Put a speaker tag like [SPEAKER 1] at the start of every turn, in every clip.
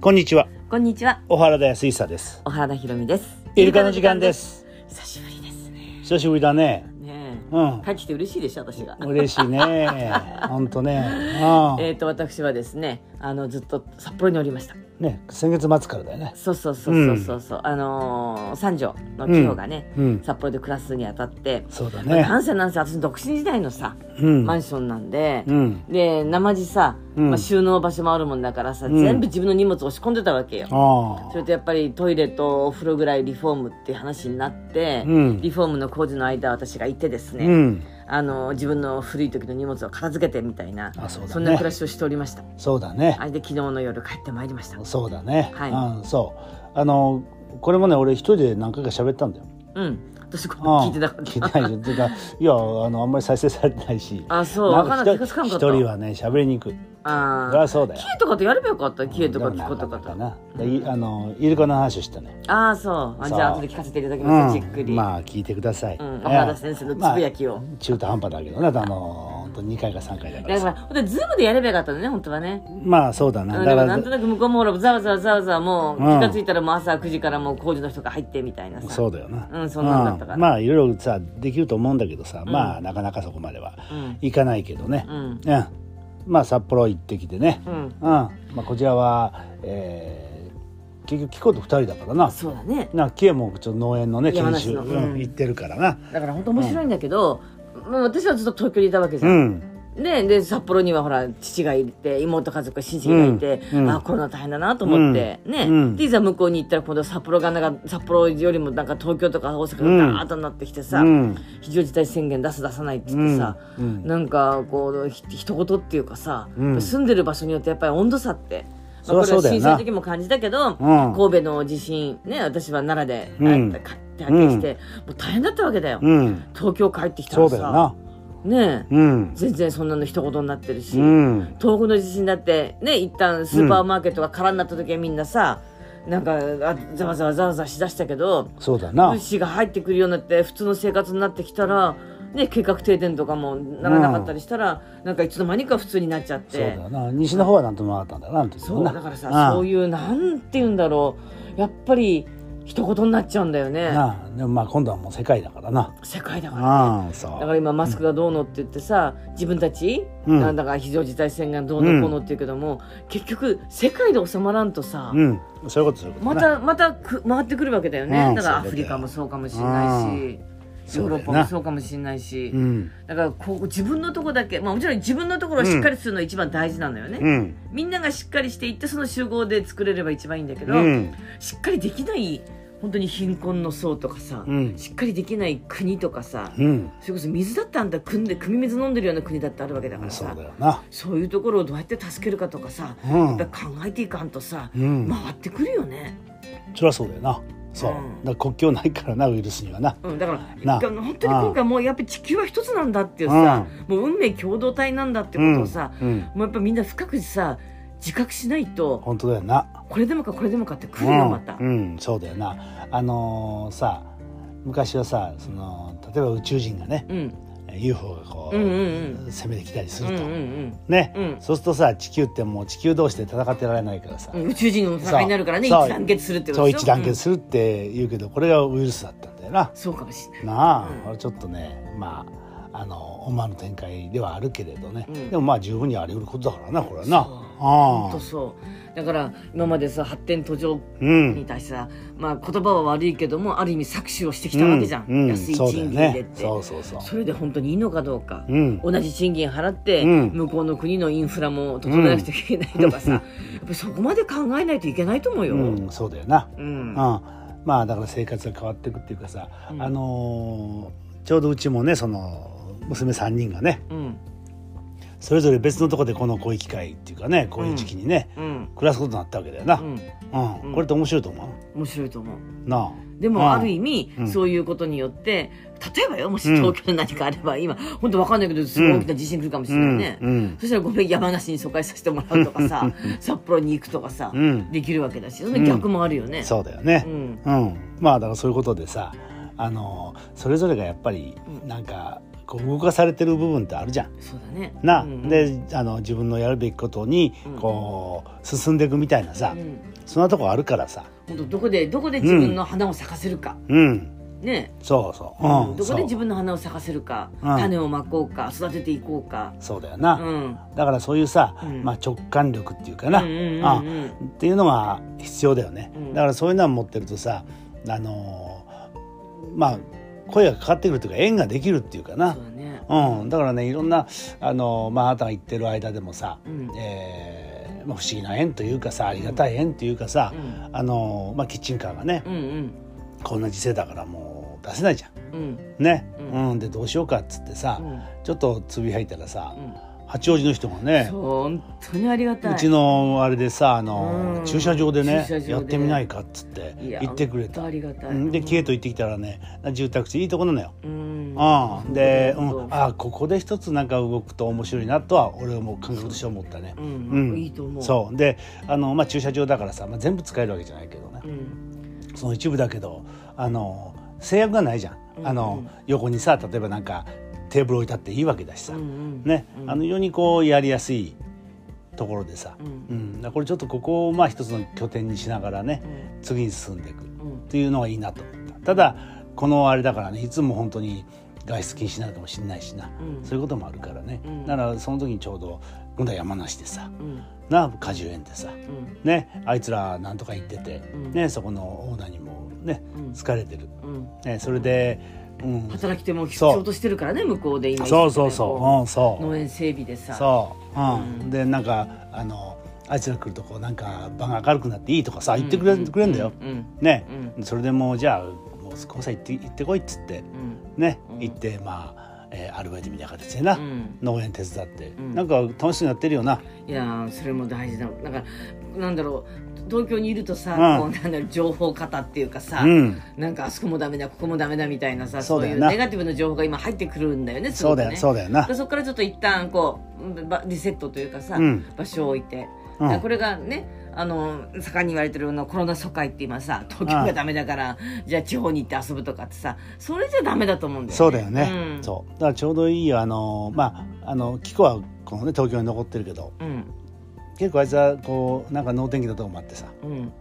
[SPEAKER 1] こんにちは
[SPEAKER 2] こんにちは、
[SPEAKER 1] 小原田康久です
[SPEAKER 2] 小原田博美です。
[SPEAKER 1] イルカの時間です
[SPEAKER 2] 久しぶりですね。
[SPEAKER 1] 久しぶりだね
[SPEAKER 2] ね
[SPEAKER 1] うん
[SPEAKER 2] え、帰ってきて嬉しいでしょ私が。
[SPEAKER 1] 嬉しいね ほんとね
[SPEAKER 2] えっと私はですね、あのずっと札幌におりました。
[SPEAKER 1] うんね先月末からだよね
[SPEAKER 2] そうそうそうそうそうそう、あのー三条の地方がね、
[SPEAKER 1] うん
[SPEAKER 2] 札幌で暮らすにあたって、
[SPEAKER 1] そうだ
[SPEAKER 2] まあ
[SPEAKER 1] ね
[SPEAKER 2] なんせなんせ私独身時代のさ、
[SPEAKER 1] うん
[SPEAKER 2] マンションなんで。
[SPEAKER 1] うん
[SPEAKER 2] で生地さ、
[SPEAKER 1] うん
[SPEAKER 2] まあ、収納場所もあるもんだからさ、
[SPEAKER 1] うん
[SPEAKER 2] 全部自分の荷物押し込んでたわけよ、
[SPEAKER 1] あ
[SPEAKER 2] それとやっぱりトイレとお風呂ぐらいリフォームって話になって、
[SPEAKER 1] うん
[SPEAKER 2] リフォームの工事の間私がいてです
[SPEAKER 1] あ
[SPEAKER 2] ね、
[SPEAKER 1] うん
[SPEAKER 2] あの自分の古い時の荷物を片付けてみたいな
[SPEAKER 1] あそうだね
[SPEAKER 2] んな暮らしをしておりました
[SPEAKER 1] そうだね
[SPEAKER 2] あれで昨日の夜帰ってまいりました
[SPEAKER 1] そうだね
[SPEAKER 2] はい
[SPEAKER 1] うんそうあのこれもね俺一人で何回か喋ったんだよ
[SPEAKER 2] うん私これ
[SPEAKER 1] うん
[SPEAKER 2] 聞いてなかっ
[SPEAKER 1] 聞い
[SPEAKER 2] た
[SPEAKER 1] てないでしょって いうかいやあのあんまり再生されてないし
[SPEAKER 2] あそう
[SPEAKER 1] な
[SPEAKER 2] 分
[SPEAKER 1] ん
[SPEAKER 2] か
[SPEAKER 1] か
[SPEAKER 2] んない
[SPEAKER 1] 一
[SPEAKER 2] 気がつ
[SPEAKER 1] 人
[SPEAKER 2] かな
[SPEAKER 1] 一
[SPEAKER 2] かった
[SPEAKER 1] 人はね喋りにくいそり
[SPEAKER 2] あ
[SPEAKER 1] ゃそうだ
[SPEAKER 2] ー
[SPEAKER 1] よ
[SPEAKER 2] キーとかとやればよかったキーとか
[SPEAKER 1] で
[SPEAKER 2] 聞
[SPEAKER 1] も
[SPEAKER 2] こ
[SPEAKER 1] な
[SPEAKER 2] と
[SPEAKER 1] か
[SPEAKER 2] か
[SPEAKER 1] っ
[SPEAKER 2] と
[SPEAKER 1] たなでいあのイルカの話をしたね
[SPEAKER 2] ああそうあじゃ
[SPEAKER 1] そ
[SPEAKER 2] あ
[SPEAKER 1] う
[SPEAKER 2] 後で聞かせていただき
[SPEAKER 1] う
[SPEAKER 2] ます
[SPEAKER 1] ん
[SPEAKER 2] じっくり、
[SPEAKER 1] まあ聞いてください、
[SPEAKER 2] うん、
[SPEAKER 1] ね
[SPEAKER 2] 小原田先生のつぶやきを、
[SPEAKER 1] まあ中途半端だけどねあの2回か3回だか
[SPEAKER 2] だ
[SPEAKER 1] ら
[SPEAKER 2] からほんとズームでやればよかったのね本当はね
[SPEAKER 1] まあそうだな
[SPEAKER 2] うん
[SPEAKER 1] だ
[SPEAKER 2] で
[SPEAKER 1] か
[SPEAKER 2] もなんと
[SPEAKER 1] ら
[SPEAKER 2] なく向こうもほらざわざわざわざわもう気
[SPEAKER 1] うん
[SPEAKER 2] がついたらもう朝9時からもう工事の人が入ってみたいなさ
[SPEAKER 1] そうだよな、
[SPEAKER 2] うんそんなんだったから
[SPEAKER 1] うんまあいろいろさできると思うんだけどさ、まあなかなかそこまでは
[SPEAKER 2] うん
[SPEAKER 1] いかないけどね、
[SPEAKER 2] うん
[SPEAKER 1] うんまあ札幌行ってきてね、
[SPEAKER 2] うん
[SPEAKER 1] うんまあ、こちらは、えー結局キコと2人だからな
[SPEAKER 2] そうだね
[SPEAKER 1] なキエもちょっと農園のね研
[SPEAKER 2] 山梨
[SPEAKER 1] 修、う
[SPEAKER 2] の
[SPEAKER 1] ん
[SPEAKER 2] うん
[SPEAKER 1] 行ってるからな
[SPEAKER 2] だから本当面白いんだけど、もう私はずっと東京にいたわけじ
[SPEAKER 1] う
[SPEAKER 2] ゃん、
[SPEAKER 1] ん
[SPEAKER 2] でで札幌にはほら父がいて妹家族親戚がいて、
[SPEAKER 1] うんうん
[SPEAKER 2] ああコロナ大変だなと思って、
[SPEAKER 1] うん
[SPEAKER 2] ね、
[SPEAKER 1] うん
[SPEAKER 2] でいざ向こうに行ったら今度札幌がなんか札幌よりもなんか東京とか大阪がガーッとなってきてさ、
[SPEAKER 1] うん
[SPEAKER 2] 非常事態宣言出す出さないっつってさ、
[SPEAKER 1] うんうん
[SPEAKER 2] なんかこうひ一言っていうかさ、
[SPEAKER 1] うん
[SPEAKER 2] 住んでる場所によってやっぱり温度差って。
[SPEAKER 1] そりゃ
[SPEAKER 2] これ
[SPEAKER 1] そう
[SPEAKER 2] は
[SPEAKER 1] だよ
[SPEAKER 2] 震
[SPEAKER 1] な
[SPEAKER 2] 災の時も感じたけど、
[SPEAKER 1] うん
[SPEAKER 2] 神戸の地震ね私は奈良で、
[SPEAKER 1] うん
[SPEAKER 2] あ帰って帰ってきて、もう大変だったわけだよ、
[SPEAKER 1] うん
[SPEAKER 2] 東京帰ってきた
[SPEAKER 1] そ
[SPEAKER 2] ら
[SPEAKER 1] うだよな
[SPEAKER 2] さねえ、
[SPEAKER 1] うん
[SPEAKER 2] 全然そんなの一言になってるし、
[SPEAKER 1] うん
[SPEAKER 2] 東北の地震だってね一旦スーパーマーケットが空になった時はみんなさ、なんかあざわざわざわざわしだしたけど
[SPEAKER 1] そうだな
[SPEAKER 2] 物資が入ってくるようになって普通の生活になってきたら、ね、計画停電とかもならなかったりしたら、なんかいつの間にか普通になっちゃっ
[SPEAKER 1] そう
[SPEAKER 2] て
[SPEAKER 1] だな西の方はなんともなかったんだよななんていう
[SPEAKER 2] そうだからさ、そう
[SPEAKER 1] い
[SPEAKER 2] いうなんて言うんだろうやっぱり一言になっちゃうんだよね
[SPEAKER 1] なあでもまあ今度はもう世界だからな
[SPEAKER 2] 世界だから。
[SPEAKER 1] ああそ
[SPEAKER 2] だから
[SPEAKER 1] う
[SPEAKER 2] 今マスクがどうのって言ってさ自分たち、
[SPEAKER 1] うん
[SPEAKER 2] なんだか非常事態宣言どうのこうのって言うけども、結局世界で収まらんとさ、
[SPEAKER 1] うんそういうことそういうこと
[SPEAKER 2] またまたく回ってくるわけだよね、
[SPEAKER 1] うん
[SPEAKER 2] だからア
[SPEAKER 1] そうだよ
[SPEAKER 2] フリカもそうかもしれないし
[SPEAKER 1] そ
[SPEAKER 2] ヨ
[SPEAKER 1] う
[SPEAKER 2] ー
[SPEAKER 1] だ
[SPEAKER 2] ロ
[SPEAKER 1] よな
[SPEAKER 2] ッパもそうかもしれないし、
[SPEAKER 1] うん
[SPEAKER 2] だからこう自分のとこだけ、まあ、もちろん自分のところをしっかりするのが一番大事なのよね、
[SPEAKER 1] うん
[SPEAKER 2] みんながしっかりしていってその集合で作れれば一番いいんだけど、
[SPEAKER 1] うん
[SPEAKER 2] しっかりできない本当に貧困の層とかさ、
[SPEAKER 1] うん
[SPEAKER 2] しっかりできない国とかさ、
[SPEAKER 1] うん
[SPEAKER 2] それこそ水だってあんた汲んで汲み水飲んでるような国だってあるわけだから
[SPEAKER 1] そう
[SPEAKER 2] さ
[SPEAKER 1] だよな
[SPEAKER 2] そういうところをどうやって助けるかとかさ、
[SPEAKER 1] うん
[SPEAKER 2] やっぱり考えていかんとさ、
[SPEAKER 1] うん
[SPEAKER 2] 回ってくるよね、
[SPEAKER 1] そりゃそうだよなそうだから
[SPEAKER 2] うん
[SPEAKER 1] 国境ないからなウイルスにはな
[SPEAKER 2] うん、だから
[SPEAKER 1] な
[SPEAKER 2] 本当に今回もうやっぱり地球は一つなんだっていうさ、もう運命共同体なんだってことをさ、
[SPEAKER 1] うんうん
[SPEAKER 2] もうやっぱみんな深くさ自覚しないと
[SPEAKER 1] 本当だよな
[SPEAKER 2] これでもかこれでもかって来るよまた、
[SPEAKER 1] うんうんそうだよなあのーさ昔はさその例えば宇宙人がね
[SPEAKER 2] うん、うん
[SPEAKER 1] UFO がこう、
[SPEAKER 2] うんうん
[SPEAKER 1] 攻めてきたりす
[SPEAKER 2] うん
[SPEAKER 1] る
[SPEAKER 2] うん
[SPEAKER 1] と、
[SPEAKER 2] うん
[SPEAKER 1] ね、
[SPEAKER 2] うん
[SPEAKER 1] そうするとさ地球ってもう地球同士で戦ってられないからさ、
[SPEAKER 2] うん宇宙人の
[SPEAKER 1] そ
[SPEAKER 2] 戦
[SPEAKER 1] う
[SPEAKER 2] いになるからね一
[SPEAKER 1] そう
[SPEAKER 2] 致団結するってこ
[SPEAKER 1] そ
[SPEAKER 2] と
[SPEAKER 1] う
[SPEAKER 2] でしょ
[SPEAKER 1] 一致団結
[SPEAKER 2] うん
[SPEAKER 1] するって言うけど、これがウイルスだったんだよな
[SPEAKER 2] そうかもしれない
[SPEAKER 1] なあ、
[SPEAKER 2] うん
[SPEAKER 1] これちょっとねまああの思わぬ展開ではあるけれどね、
[SPEAKER 2] うん
[SPEAKER 1] でもまあ十分にあり得ることだからなこれはな
[SPEAKER 2] そうほん
[SPEAKER 1] あ
[SPEAKER 2] と
[SPEAKER 1] あ
[SPEAKER 2] そうだから今までさ発展途上
[SPEAKER 1] うん
[SPEAKER 2] に対してさ、まあ、言葉は悪いけどもある意味搾取をしてきたわけじゃん、
[SPEAKER 1] うんうん
[SPEAKER 2] 安い
[SPEAKER 1] そうだよ
[SPEAKER 2] 賃金でっ
[SPEAKER 1] ね
[SPEAKER 2] てそ,、
[SPEAKER 1] そうそうそう
[SPEAKER 2] れで本当にいいのかどうか、
[SPEAKER 1] うん
[SPEAKER 2] 同じ賃金払って、
[SPEAKER 1] うん
[SPEAKER 2] 向こうの国のインフラも整えなくちゃいけないとかさ、やっぱそこまで考えないといけないと思うよ、
[SPEAKER 1] うん、そうだよな、
[SPEAKER 2] う
[SPEAKER 1] うん
[SPEAKER 2] ん
[SPEAKER 1] まあだから生活が変わっていくっていうかさ、
[SPEAKER 2] うん
[SPEAKER 1] あのーちょうどうちもねその娘3人がね
[SPEAKER 2] うん
[SPEAKER 1] それぞれ別のとこでこのこういう機会っていうかねこういう時期にね、
[SPEAKER 2] うん
[SPEAKER 1] 暮らすことになったわけだよな、
[SPEAKER 2] う
[SPEAKER 1] うん
[SPEAKER 2] んうん
[SPEAKER 1] これって面白いと思
[SPEAKER 2] 面白いと思う
[SPEAKER 1] うなあ
[SPEAKER 2] で
[SPEAKER 1] うん
[SPEAKER 2] もある意味、
[SPEAKER 1] うん
[SPEAKER 2] そういうことによって例えばよもし
[SPEAKER 1] うん
[SPEAKER 2] 東京に何かあれば、今本当わかんないけどすごい大きな地震来るかもしれないね、
[SPEAKER 1] うんうん
[SPEAKER 2] そしたらごめん山梨に疎開させてもらうとかさ札幌に行くとかさ、
[SPEAKER 1] うん
[SPEAKER 2] できるわけだしその逆もあるよね、
[SPEAKER 1] そうだよね、
[SPEAKER 2] うん
[SPEAKER 1] うん、まあだからそういうことでさあのそれぞれがやっぱりなんかこう動かされてる部分ってあるじゃん。
[SPEAKER 2] そうだね
[SPEAKER 1] な、
[SPEAKER 2] うんうん
[SPEAKER 1] であの自分のやるべきことに
[SPEAKER 2] うん
[SPEAKER 1] こう進んでいくみたいな
[SPEAKER 2] う
[SPEAKER 1] さ、
[SPEAKER 2] ん
[SPEAKER 1] そんなとこあるからさ
[SPEAKER 2] 本当どこでどこで自分の花を咲かせるか、
[SPEAKER 1] うん
[SPEAKER 2] ね、
[SPEAKER 1] そうそう、うん
[SPEAKER 2] どこ
[SPEAKER 1] そ
[SPEAKER 2] で
[SPEAKER 1] う
[SPEAKER 2] 自分の花を咲かせるか、
[SPEAKER 1] うん
[SPEAKER 2] 種をまこうか育てていこうか、
[SPEAKER 1] そうだよな、
[SPEAKER 2] うん、
[SPEAKER 1] だからそういうさ、
[SPEAKER 2] うん
[SPEAKER 1] まあ、直感力っていうかな、
[SPEAKER 2] うんうんうん
[SPEAKER 1] あ
[SPEAKER 2] うん
[SPEAKER 1] っていうのが必要だよね、
[SPEAKER 2] うん
[SPEAKER 1] だからそういうのは持ってるとさあのーまあ声がかかってくるというか縁ができるっていうかな
[SPEAKER 2] そうだね
[SPEAKER 1] うん、だからねいろんなあの、まああなたが言ってる間でもさ、
[SPEAKER 2] うん
[SPEAKER 1] えーまあ、不思議な縁というかさありがたい縁というかさ、
[SPEAKER 2] う
[SPEAKER 1] あのまあ、キッチンカーがね、
[SPEAKER 2] うんうん
[SPEAKER 1] こんな時世だからもう出せないじゃ
[SPEAKER 2] うん
[SPEAKER 1] ん。ね、
[SPEAKER 2] う
[SPEAKER 1] うんんでどうしようかっつってさ、
[SPEAKER 2] うん
[SPEAKER 1] ちょっとつぶやいたらさ、
[SPEAKER 2] うん
[SPEAKER 1] 八王子の人がね
[SPEAKER 2] そう本当にありがたいう
[SPEAKER 1] ちのあれでさあの、
[SPEAKER 2] うん
[SPEAKER 1] 駐車場でね
[SPEAKER 2] 駐車場で
[SPEAKER 1] やってみないかっつって
[SPEAKER 2] いや
[SPEAKER 1] 言ってくれた
[SPEAKER 2] 本当。ありがたい、
[SPEAKER 1] うんでキエと行ってきたらね住宅地いいとこなのよ。
[SPEAKER 2] うん
[SPEAKER 1] うん、で、う
[SPEAKER 2] 本当
[SPEAKER 1] ん、あここで一つなんか動くと面白いなとは俺も感覚として思ったね
[SPEAKER 2] う。ん、
[SPEAKER 1] うん
[SPEAKER 2] いいと思う
[SPEAKER 1] そうであの、まあ、駐車場だからさ、まあ、全部使えるわけじゃないけどね
[SPEAKER 2] う、ん
[SPEAKER 1] その一部だけどあの制約がないじゃん、
[SPEAKER 2] うん
[SPEAKER 1] あの横にさ例えばなんかテーブル置いたっていいわけだし
[SPEAKER 2] う
[SPEAKER 1] さ、
[SPEAKER 2] んうん
[SPEAKER 1] ね
[SPEAKER 2] う、ん
[SPEAKER 1] あの非常にこうやりやすいところでさ、
[SPEAKER 2] う
[SPEAKER 1] うんんだからこれちょっとここをまあ一つの拠点にしながらね次に進んでいくっ
[SPEAKER 2] うんうん
[SPEAKER 1] ていうのがいいなと思ったただこのあれだからねいつも本当に外出禁止になるかもしれないしな、
[SPEAKER 2] うん
[SPEAKER 1] そういうこともあるからね、
[SPEAKER 2] うん
[SPEAKER 1] だからその時にちょうど今度は山梨でさ
[SPEAKER 2] うん
[SPEAKER 1] な果樹園でさ
[SPEAKER 2] うん
[SPEAKER 1] ねあいつらなんとか行ってて、
[SPEAKER 2] うん
[SPEAKER 1] ねそこのオーナーにもね
[SPEAKER 2] うん
[SPEAKER 1] 疲れてる、
[SPEAKER 2] うん
[SPEAKER 1] ね、それで、うん、
[SPEAKER 2] 働き手も必
[SPEAKER 1] そう
[SPEAKER 2] 要としてるからね向こうで今
[SPEAKER 1] そうそうそ
[SPEAKER 2] 一生懸
[SPEAKER 1] う、
[SPEAKER 2] 命こ
[SPEAKER 1] うん、そう
[SPEAKER 2] 農園整備でさ
[SPEAKER 1] そう、うん
[SPEAKER 2] うん
[SPEAKER 1] でなんかあのあいつら来るとこうなんか場が明るくなっていいとかさ言ってくれ,、くれんだよ、
[SPEAKER 2] うんうん
[SPEAKER 1] ね、
[SPEAKER 2] う
[SPEAKER 1] それでもうじゃあもう少し行って行ってこいっつって
[SPEAKER 2] うん
[SPEAKER 1] ね、
[SPEAKER 2] うん
[SPEAKER 1] 行ってまあ、えーアルバイトみたいな形でな、
[SPEAKER 2] うん
[SPEAKER 1] 農園手伝って、
[SPEAKER 2] ん
[SPEAKER 1] なんか楽しくなってるよな、
[SPEAKER 2] いやーそれも大事だだからなんだろう東京にいるとさ、
[SPEAKER 1] うん
[SPEAKER 2] こうなんだろう情報型っていうかさ、
[SPEAKER 1] うん
[SPEAKER 2] なんかあそこもダメだここもダメだみたいなさ
[SPEAKER 1] そ
[SPEAKER 2] そうう
[SPEAKER 1] だ
[SPEAKER 2] い
[SPEAKER 1] よ
[SPEAKER 2] う
[SPEAKER 1] な
[SPEAKER 2] ネガティブな情報が今入ってくるんだよねす
[SPEAKER 1] そ
[SPEAKER 2] ご
[SPEAKER 1] う
[SPEAKER 2] く
[SPEAKER 1] だ
[SPEAKER 2] ね
[SPEAKER 1] よそうだよな
[SPEAKER 2] でそこからちょっと一旦こうばリセットというかさ、
[SPEAKER 1] うん
[SPEAKER 2] 場所を置いて、
[SPEAKER 1] うん
[SPEAKER 2] だからこれがねあの盛んに言われてるようなコロナ疎開って今さ東京がダメだからじゃあ地方に行って遊ぶとかってさそれじゃダメだと思うんだよね
[SPEAKER 1] そうだよね、
[SPEAKER 2] ん、
[SPEAKER 1] そうだからちょうどいいよあのまああのキコはこのね東京に残ってるけど
[SPEAKER 2] ううん
[SPEAKER 1] 結構あいつはこうなんか能天気なとこもあってさ
[SPEAKER 2] うん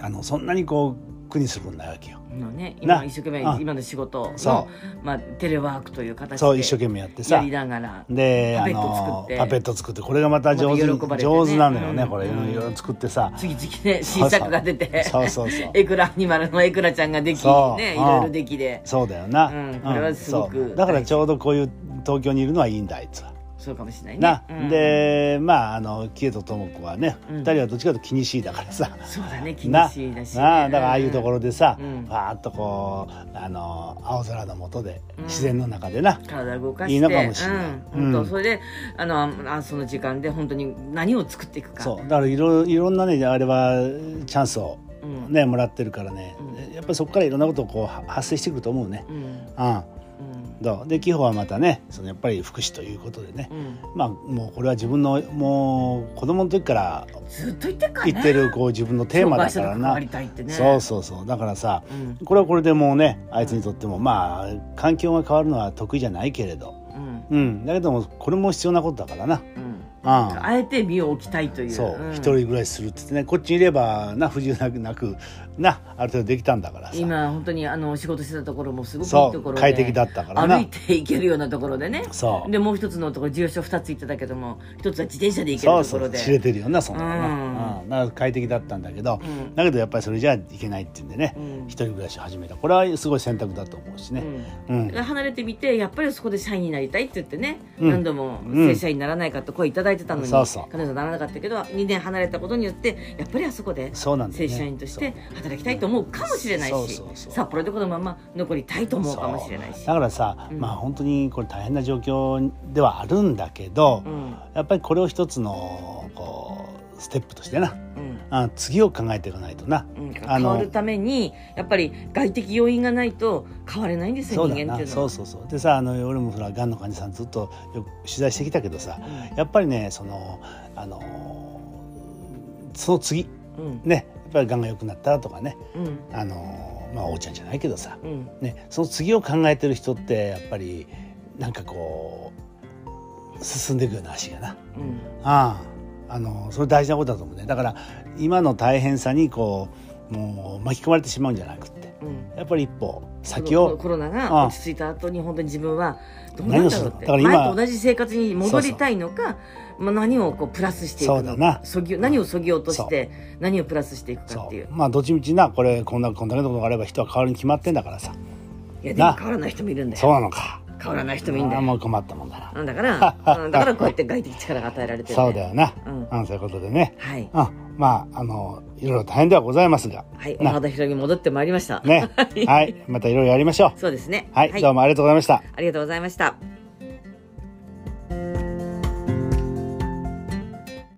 [SPEAKER 1] あのそんなにこう苦にすることないわけよ
[SPEAKER 2] のね、
[SPEAKER 1] な
[SPEAKER 2] 今一生懸命
[SPEAKER 1] うん
[SPEAKER 2] 今の仕事を
[SPEAKER 1] そ
[SPEAKER 2] まあ、テレワークという形で
[SPEAKER 1] そう一生懸命やってさ
[SPEAKER 2] やりながら
[SPEAKER 1] で
[SPEAKER 2] パ
[SPEAKER 1] あ
[SPEAKER 2] ペット作っ
[SPEAKER 1] の
[SPEAKER 2] て
[SPEAKER 1] パペット作ってこれがまた上手,、
[SPEAKER 2] また喜ばれてね
[SPEAKER 1] 上手なのよね、
[SPEAKER 2] うん
[SPEAKER 1] これい
[SPEAKER 2] うん
[SPEAKER 1] ろいろ作ってさ、
[SPEAKER 2] 次々ね新作が出て
[SPEAKER 1] そうそうそう
[SPEAKER 2] エクラアニマルのエクラちゃんができ
[SPEAKER 1] そう
[SPEAKER 2] ねい
[SPEAKER 1] うん
[SPEAKER 2] ろいろできで
[SPEAKER 1] そうだよな、
[SPEAKER 2] うんこれはすごく
[SPEAKER 1] そうだからちょうどこういう東京にいるのはいいんだあいつは。
[SPEAKER 2] そうかもしれないね
[SPEAKER 1] な、
[SPEAKER 2] うん
[SPEAKER 1] でまああのキエとトモコはね、
[SPEAKER 2] うん
[SPEAKER 1] 二人はどっちかというと気にしいだからさ。
[SPEAKER 2] そうだね気
[SPEAKER 1] な
[SPEAKER 2] にしいだし、ね、
[SPEAKER 1] なあだからああいうとこ
[SPEAKER 2] ろ
[SPEAKER 1] ろでさ、
[SPEAKER 2] うん
[SPEAKER 1] わーっとこうあの青空の下で、
[SPEAKER 2] うん
[SPEAKER 1] 自然の中でな、
[SPEAKER 2] 体動かして
[SPEAKER 1] いいのかもしれない
[SPEAKER 2] うん、本当、
[SPEAKER 1] うん
[SPEAKER 2] それであのああその時間で本当に何を作っていくか
[SPEAKER 1] そうだからいろいろんなねあれはチャンスを
[SPEAKER 2] うん、
[SPEAKER 1] ねもらってるからね、
[SPEAKER 2] う
[SPEAKER 1] やっぱりそこからいろんなことをこうは発生してくると思うね。
[SPEAKER 2] うん
[SPEAKER 1] うん
[SPEAKER 2] うん
[SPEAKER 1] どうで紀帆はまたねそのやっぱり福祉ということでね、
[SPEAKER 2] うん
[SPEAKER 1] まあもうこれは自分のもう子供の時から
[SPEAKER 2] ずっと言ってっからね
[SPEAKER 1] 言ってるこう自分のテーマだか
[SPEAKER 2] 障
[SPEAKER 1] ら
[SPEAKER 2] 害者と関
[SPEAKER 1] な、
[SPEAKER 2] わりたいってね
[SPEAKER 1] そうそうそうだからさ
[SPEAKER 2] うん
[SPEAKER 1] これはこれでもうねあいつにとってもまあ環境が変わるのは得意じゃないけれど、
[SPEAKER 2] うん
[SPEAKER 1] うん、だけどもこれも必要なことだからな。
[SPEAKER 2] うん
[SPEAKER 1] あ
[SPEAKER 2] あえて身を置きたいという
[SPEAKER 1] そう、
[SPEAKER 2] ん
[SPEAKER 1] 一人暮らしするって言ってねこっちにいればな不自由なくなくなある程度できたんだからさ
[SPEAKER 2] 今本当にあの仕事してたところもすごくいい
[SPEAKER 1] そ
[SPEAKER 2] ところ
[SPEAKER 1] う
[SPEAKER 2] で
[SPEAKER 1] 快適だったからな
[SPEAKER 2] 歩いて行けるようなところでね
[SPEAKER 1] そう
[SPEAKER 2] でもう一つのところ住所二つ行ってたけども一つは自転車で行け
[SPEAKER 1] そうそ
[SPEAKER 2] るとこ
[SPEAKER 1] うそ
[SPEAKER 2] ろ
[SPEAKER 1] う
[SPEAKER 2] で
[SPEAKER 1] 知れてるよなそんなの
[SPEAKER 2] うん
[SPEAKER 1] な、うんだから快適だったんだけど、
[SPEAKER 2] うん
[SPEAKER 1] だけどやっぱりそれじゃいけないっていうんでね、
[SPEAKER 2] うん
[SPEAKER 1] 一人暮らしを始めたこれはすごい選択だと思うしね、うん
[SPEAKER 2] で離れてみてやっぱりそこで社員になりたいって言ってね、
[SPEAKER 1] うん
[SPEAKER 2] 何度も
[SPEAKER 1] うん
[SPEAKER 2] 正社員にならないかと声いただいてたのに、
[SPEAKER 1] そうそう
[SPEAKER 2] 彼女ならなかったけど2年離れたことによってやっぱりあそこで
[SPEAKER 1] そうなんだよ
[SPEAKER 2] 正
[SPEAKER 1] ね
[SPEAKER 2] 社員として働きたいと思うかもしれない
[SPEAKER 1] そう
[SPEAKER 2] し
[SPEAKER 1] そうそう
[SPEAKER 2] 札幌でこのまま残りたいと思うかもしれない
[SPEAKER 1] そう
[SPEAKER 2] し。
[SPEAKER 1] だからさ、
[SPEAKER 2] うん
[SPEAKER 1] まあ本当にこれ大変な状況ではあるんだけど、
[SPEAKER 2] うん
[SPEAKER 1] やっぱりこれを一つのこうステップとしてな
[SPEAKER 2] うん
[SPEAKER 1] あ次を考えていかないとな、
[SPEAKER 2] うん、
[SPEAKER 1] あ
[SPEAKER 2] 変
[SPEAKER 1] の
[SPEAKER 2] わるためにやっぱり外的要因がないと変われないんです
[SPEAKER 1] そ
[SPEAKER 2] よ
[SPEAKER 1] うだ
[SPEAKER 2] 人間っ
[SPEAKER 1] な
[SPEAKER 2] ていうの
[SPEAKER 1] そ
[SPEAKER 2] は
[SPEAKER 1] うそうそうでさあの俺もほらがんの患者さんずっとよく取材してきたけどさ、
[SPEAKER 2] う
[SPEAKER 1] やっぱりねそのあのその次
[SPEAKER 2] うん
[SPEAKER 1] ねやっぱりがんが良くなったとかね
[SPEAKER 2] うん
[SPEAKER 1] あのまあおうちゃんじゃないけどさ、
[SPEAKER 2] うん
[SPEAKER 1] ね、その次を考えてる人ってやっぱりなんかこう進んでいくような足がな
[SPEAKER 2] うん
[SPEAKER 1] あああのそれ大事なことだと思うねだから今の大変さにこうもう巻き込まれてしまうんじゃなくって
[SPEAKER 2] うん
[SPEAKER 1] やっぱり一歩先
[SPEAKER 2] コロ
[SPEAKER 1] を
[SPEAKER 2] コロナ
[SPEAKER 1] ああ
[SPEAKER 2] が落ち着いた後に本当に自分はどうな
[SPEAKER 1] 何
[SPEAKER 2] んだろうって
[SPEAKER 1] をするだから今
[SPEAKER 2] 前と同じ生活に戻りたいのかまあ、何をこうプラスしていく
[SPEAKER 1] そうだ
[SPEAKER 2] の
[SPEAKER 1] な
[SPEAKER 2] かそぎ何をそぎ落として何をプラスしていくかっ
[SPEAKER 1] そ
[SPEAKER 2] てい
[SPEAKER 1] う
[SPEAKER 2] う
[SPEAKER 1] まあどっちみちなこれこんなこんだけのことがあれば人は変わるに決まってんだからさ
[SPEAKER 2] いやで
[SPEAKER 1] な
[SPEAKER 2] も変わらない人もいるんだ
[SPEAKER 1] そう
[SPEAKER 2] よ
[SPEAKER 1] なのか
[SPEAKER 2] 変わらない人もいるんだ
[SPEAKER 1] ああ
[SPEAKER 2] よ
[SPEAKER 1] もう困ったもんだな
[SPEAKER 2] うんだから、うんだからこうやって外的力が与えられてる、ね、
[SPEAKER 1] そうだよな、
[SPEAKER 2] うん
[SPEAKER 1] うん、そういうことでね、
[SPEAKER 2] はい
[SPEAKER 1] うん、まああのいろいろ大変ではございますが
[SPEAKER 2] はい
[SPEAKER 1] な
[SPEAKER 2] 小肌広に戻ってまいりました
[SPEAKER 1] ねはいまたいろいろやりましょ
[SPEAKER 2] そうですね
[SPEAKER 1] うはい、どうもありがとうございました
[SPEAKER 2] ありがとうございました